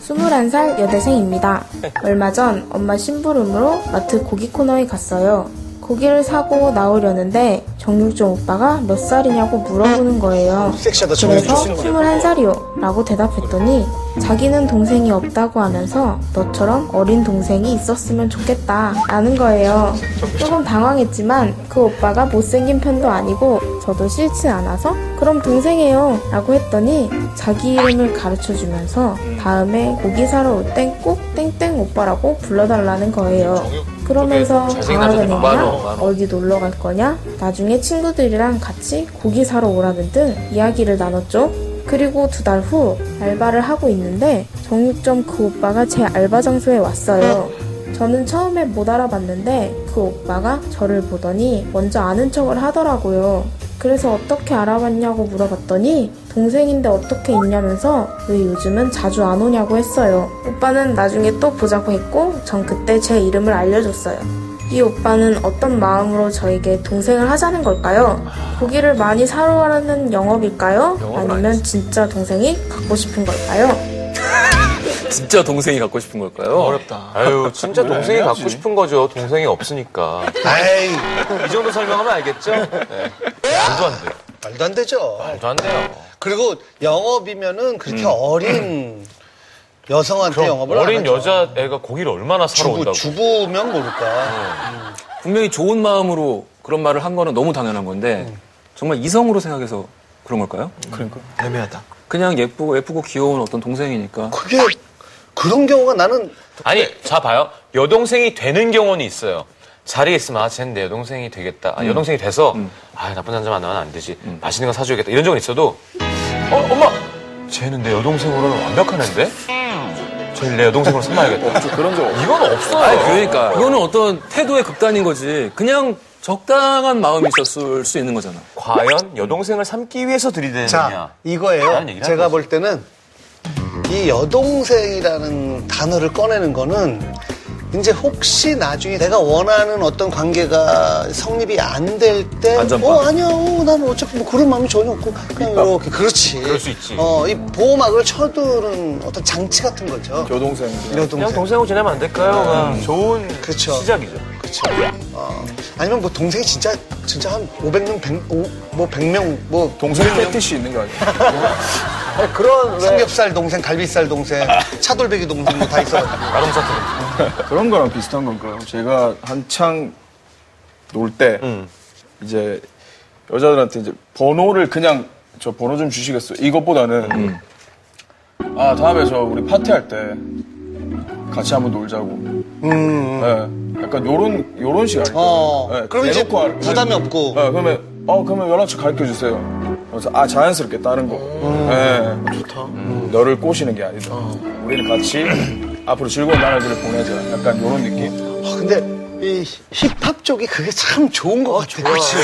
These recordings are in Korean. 21살 여대생입니다. 얼마 전 엄마 심부름으로 마트 고기 코너에 갔어요. 고기를 사고 나오려는데 정육점 오빠가 몇 살이냐고 물어보는 거예요. 섹시하다, 그래서 정육점. 21살이요 라고 대답했더니 자기는 동생이 없다고 하면서 너처럼 어린 동생이 있었으면 좋겠다 라는 거예요. 조금 당황했지만 그 오빠가 못생긴 편도 아니고 저도 싫지 않아서 그럼 동생이에요 라고 했더니 자기 이름을 가르쳐 주면서 다음에 고기 사러 올 땐 꼭 땡땡 오빠라고 불러달라는 거예요. 그러면서 잘생긴 가을에 남자들 내냐? 많아, 많아. 어디 놀러 갈 거냐? 나중에 친구들이랑 같이 고기 사러 오라는 등 이야기를 나눴죠. 그리고 두 달 후 알바를 하고 있는데 정육점 그 오빠가 제 알바 장소에 왔어요. 저는 처음에 못 알아봤는데 그 오빠가 저를 보더니 먼저 아는 척을 하더라고요. 그래서 어떻게 알아봤냐고 물어봤더니 동생인데 어떻게 있냐면서 왜 요즘은 자주 안 오냐고 했어요. 오빠는 나중에 또 보자고 했고 전 그때 제 이름을 알려줬어요. 이 오빠는 어떤 마음으로 저에게 동생을 하자는 걸까요? 고기를 많이 사러 가라는 영업일까요? 영업은 아니면 진짜 동생이 갖고 싶은 걸까요? 진짜 동생이 갖고 싶은 걸까요? 어렵다. 아유, 진짜 동생이 해야지. 갖고 싶은 거죠. 동생이 없으니까. 에이, 이 정도 설명하면 알겠죠? 네. 말도 안 돼요. 말도 안 되죠. 말도 안 돼요. 그리고 영업이면은 그렇게 어린 여성한테 그 영업을 안 음. 어린 하죠. 여자애가 고기를 얼마나 사러 주부, 온다고. 음. 주부면 모를까. 분명히 좋은 마음으로 그런 말을 한 거는 너무 당연한 건데 음. 정말 이성으로 생각해서 그런 걸까요? 애매하다. 그냥 예쁘고 예쁘고 귀여운 어떤 동생이니까 그게 그런 경우가 나는 아니, 네. 자 봐요. 여동생이 되는 경우는 있어요. 자리에 있으면 아, 쟤는 내 여동생이 되겠다. 음. 아, 여동생이 돼서 아, 나쁜 남자 만나면 안 되지. 맛있는 거 사줘야겠다. 이런 적은 있어도 어, 엄마. 쟤는 내 여동생으로는 완벽한 애인데? 쟤를 내 여동생으로 삼아야겠다. 그런 적 이건 없어요. 아니 그러니까 이거는 어떤 태도의 극단인 거지 그냥 적당한 마음이 있었을 수 있는 거잖아 과연 여동생을 삼기 위해서 자 들이대느냐. 이거예요. 다른 얘기를 제가 하는 볼 때는 이 여동생이라는 단어를 꺼내는 거는 이제 혹시 나중에 내가 원하는 어떤 관계가 성립이 안 될 때, 안전빵. 어 아니야, 어, 난 어차피 뭐 그런 마음이 전혀 없고 그냥 이렇게 그렇지. 그럴 수 있지. 어, 이 보호막을 쳐두는 어떤 장치 같은 거죠. 여동생. 그냥 여동생. 동생하고 지내면 안 될까요? 그냥 좋은 그쵸. 시작이죠. 그렇죠. 어, 아니면 뭐 동생이 진짜 진짜 한 500명, 100, 오, 뭐 100명, 뭐 동생 패티시 있는 거 아니야? 그런 삼겹살 동생, 갈비살 동생, 차돌배기 동생 뭐 다 있어가지고. 나름 사투리. 그런 거랑 비슷한 건가요? 제가 한창 놀 때 음. 이제 여자들한테 이제 번호를 그냥 저 번호 좀 주시겠어요? 이것보다는 음. 아 다음에 저 우리 파티할 때 같이 한번 놀자고. 음, 네, 약간 요런 요런 예, 식알죠 어. 그럼 이제 부담이 없고. 네, 그러면 어 그러면 연락처 가르쳐 주세요. 그래서 아 자연스럽게 다른 거. 음. 네. 좋다. 너를 꼬시는 게 아니다. 어. 우리는 같이 앞으로 즐거운 나날들을 보내자. 약간 요런 느낌. 아, 근데 이 힙합 쪽이 그게 참 좋은 것 같아요. 그렇지.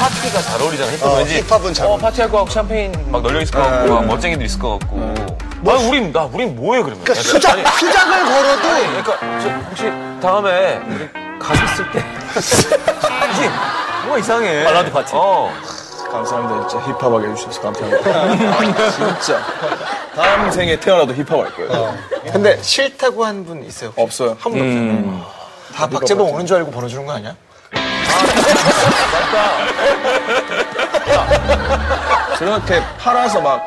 파티가 잘 어울리잖아. 힙합 어, 왠지. 힙합은 네. 잘 어, 어울려. 파티할 거 같고 샴페인 막 널려 있을 것 같고 막 멋쟁이들 있을 것 같고. 아, 우린 나 우린 뭐해 그러면? 음. 그러니까 수작, 아니, 수작을 걸어도 그러니까 저 혹시 다음에 우리 가셨을 때 이게 뭔가 이상해. 발라드 파티. 어. 감사합니다. 진짜 힙합하게 해주셔서 감사합니다. 아, 진짜. 다음 생에 태어나도 힙합할 거예요. 근데 싫다고 한 분 있어요. 없어요. 음. 한 분 없어요. 다 아, 박재범 오는 줄 알고 번호 주는 거 아니야? 그렇게 팔아서 막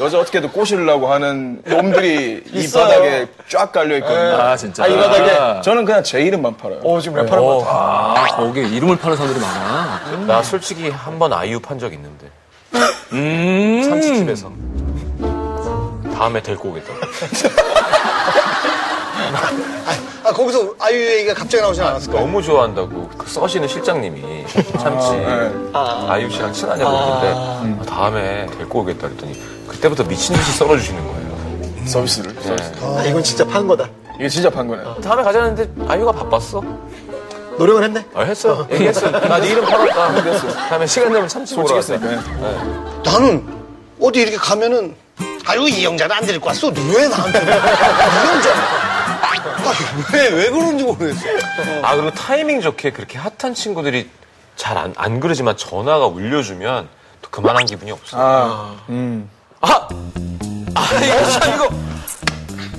여자 어떻게든 꼬시려고 하는 놈들이 이 바닥에 쫙 깔려있거든요. 아 진짜 아, 이 바닥에. 저는 그냥 제 이름만 팔아요. 어, 지금 랩하는 거 같아. 아 거기 이름을 파는 사람들이 많아 나 솔직히 한 번 아이유 판 적 있는데. 음 참치집에서. 다음에 데리고 오겠다. 아, 거기서 아이유 얘기가 갑자기 나오진 않았을 거예요. 너무 좋아한다고 그 써시는 실장님이 참치 네. 아, 이유 씨랑 친하냐고 그랬는데 아, 다음에 데리고 오겠다 그랬더니 그때부터 미친 듯이 썰어주시는 거예요. 서비스를. 서비스. 네. 아, 이건 진짜 판 거다. 이게 진짜 판 거네요. 다음에 가자는데 아이유가 바빴어. 노력을 했네. 아, 했어요. 얘기했어요. 나 네 이름 팔았다. 했어. 다음에 시간 되면 참치 보러 왔어. 솔직했으니까. 나는 어디 이렇게 가면은 아유 이 형자는 안 데리고 왔어. 왜 나한테? 그래? 이 형자. 왜왜 왜 그런지 모르겠어. 아, 그리고 타이밍 좋게 그렇게 핫한 친구들이 잘 안 안 그러지만 전화가 울려주면 또 그만한 아. 기분이 없어. 아, 아, 이거 진짜 이거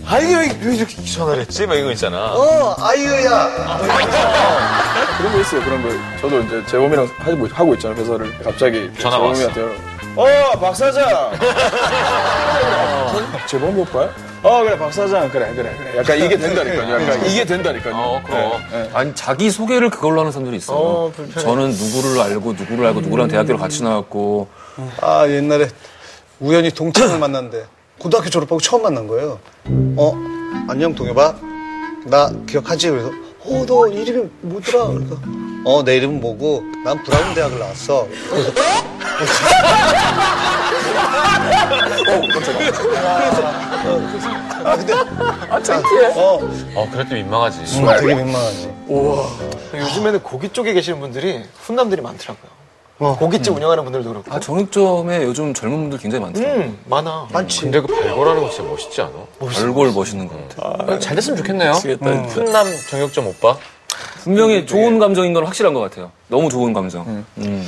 아니 왜, 왜 이렇게 전화를 했지? 막 이거 있잖아. 어, 아이유야. 그런 거 있어요. 그런 거. 저도 이제 재범이랑 하고, 하고 있잖아요. 회사를. 갑자기 전화가 재범이한테 어, 박사장! 재범이 오빠야? 어, 그래, 박사장. 그래, 그래, 그래. 약간 이게 된다니까요. 약간 이게 된다니까요. 네. 어, 그럼. 네. 아니 자기 소개를 그걸로 하는 사람들이 있어요. 저는 누구를 알고 누구를 알고 누구랑 대학교를 같이 나왔고 아, 옛날에 우연히 동창을 만났는데 고등학교 졸업하고 처음 만난 거예요. 어, 안녕 동엽아. 나 기억하지? 그래서 어, 너 이름이 뭐더라? 그러니까 어, 내 이름은 뭐고 난 브라운 대학을 나왔어. 그래서 아, 어, 어, 그래도 민망하지. 음, 되게 민망하지. 아, 요즘에는 고깃 쪽에 계시는 분들이 훈남들이 많더라고요. 고깃집 운영하는 분들도 그렇고. 아 정육점에 요즘 젊은 분들 굉장히 많더라고요. 음, 많아. 많지. 근데 그 발걸하는 거 진짜 멋있지 않아? 얼굴 멋있는 음. 것 같아요. 어, 잘 됐으면 좋겠네요. 훈남 정혁점 오빠. 분명히 좋은 감정인 건 확실한 것 같아요. 너무 좋은 감정. 음.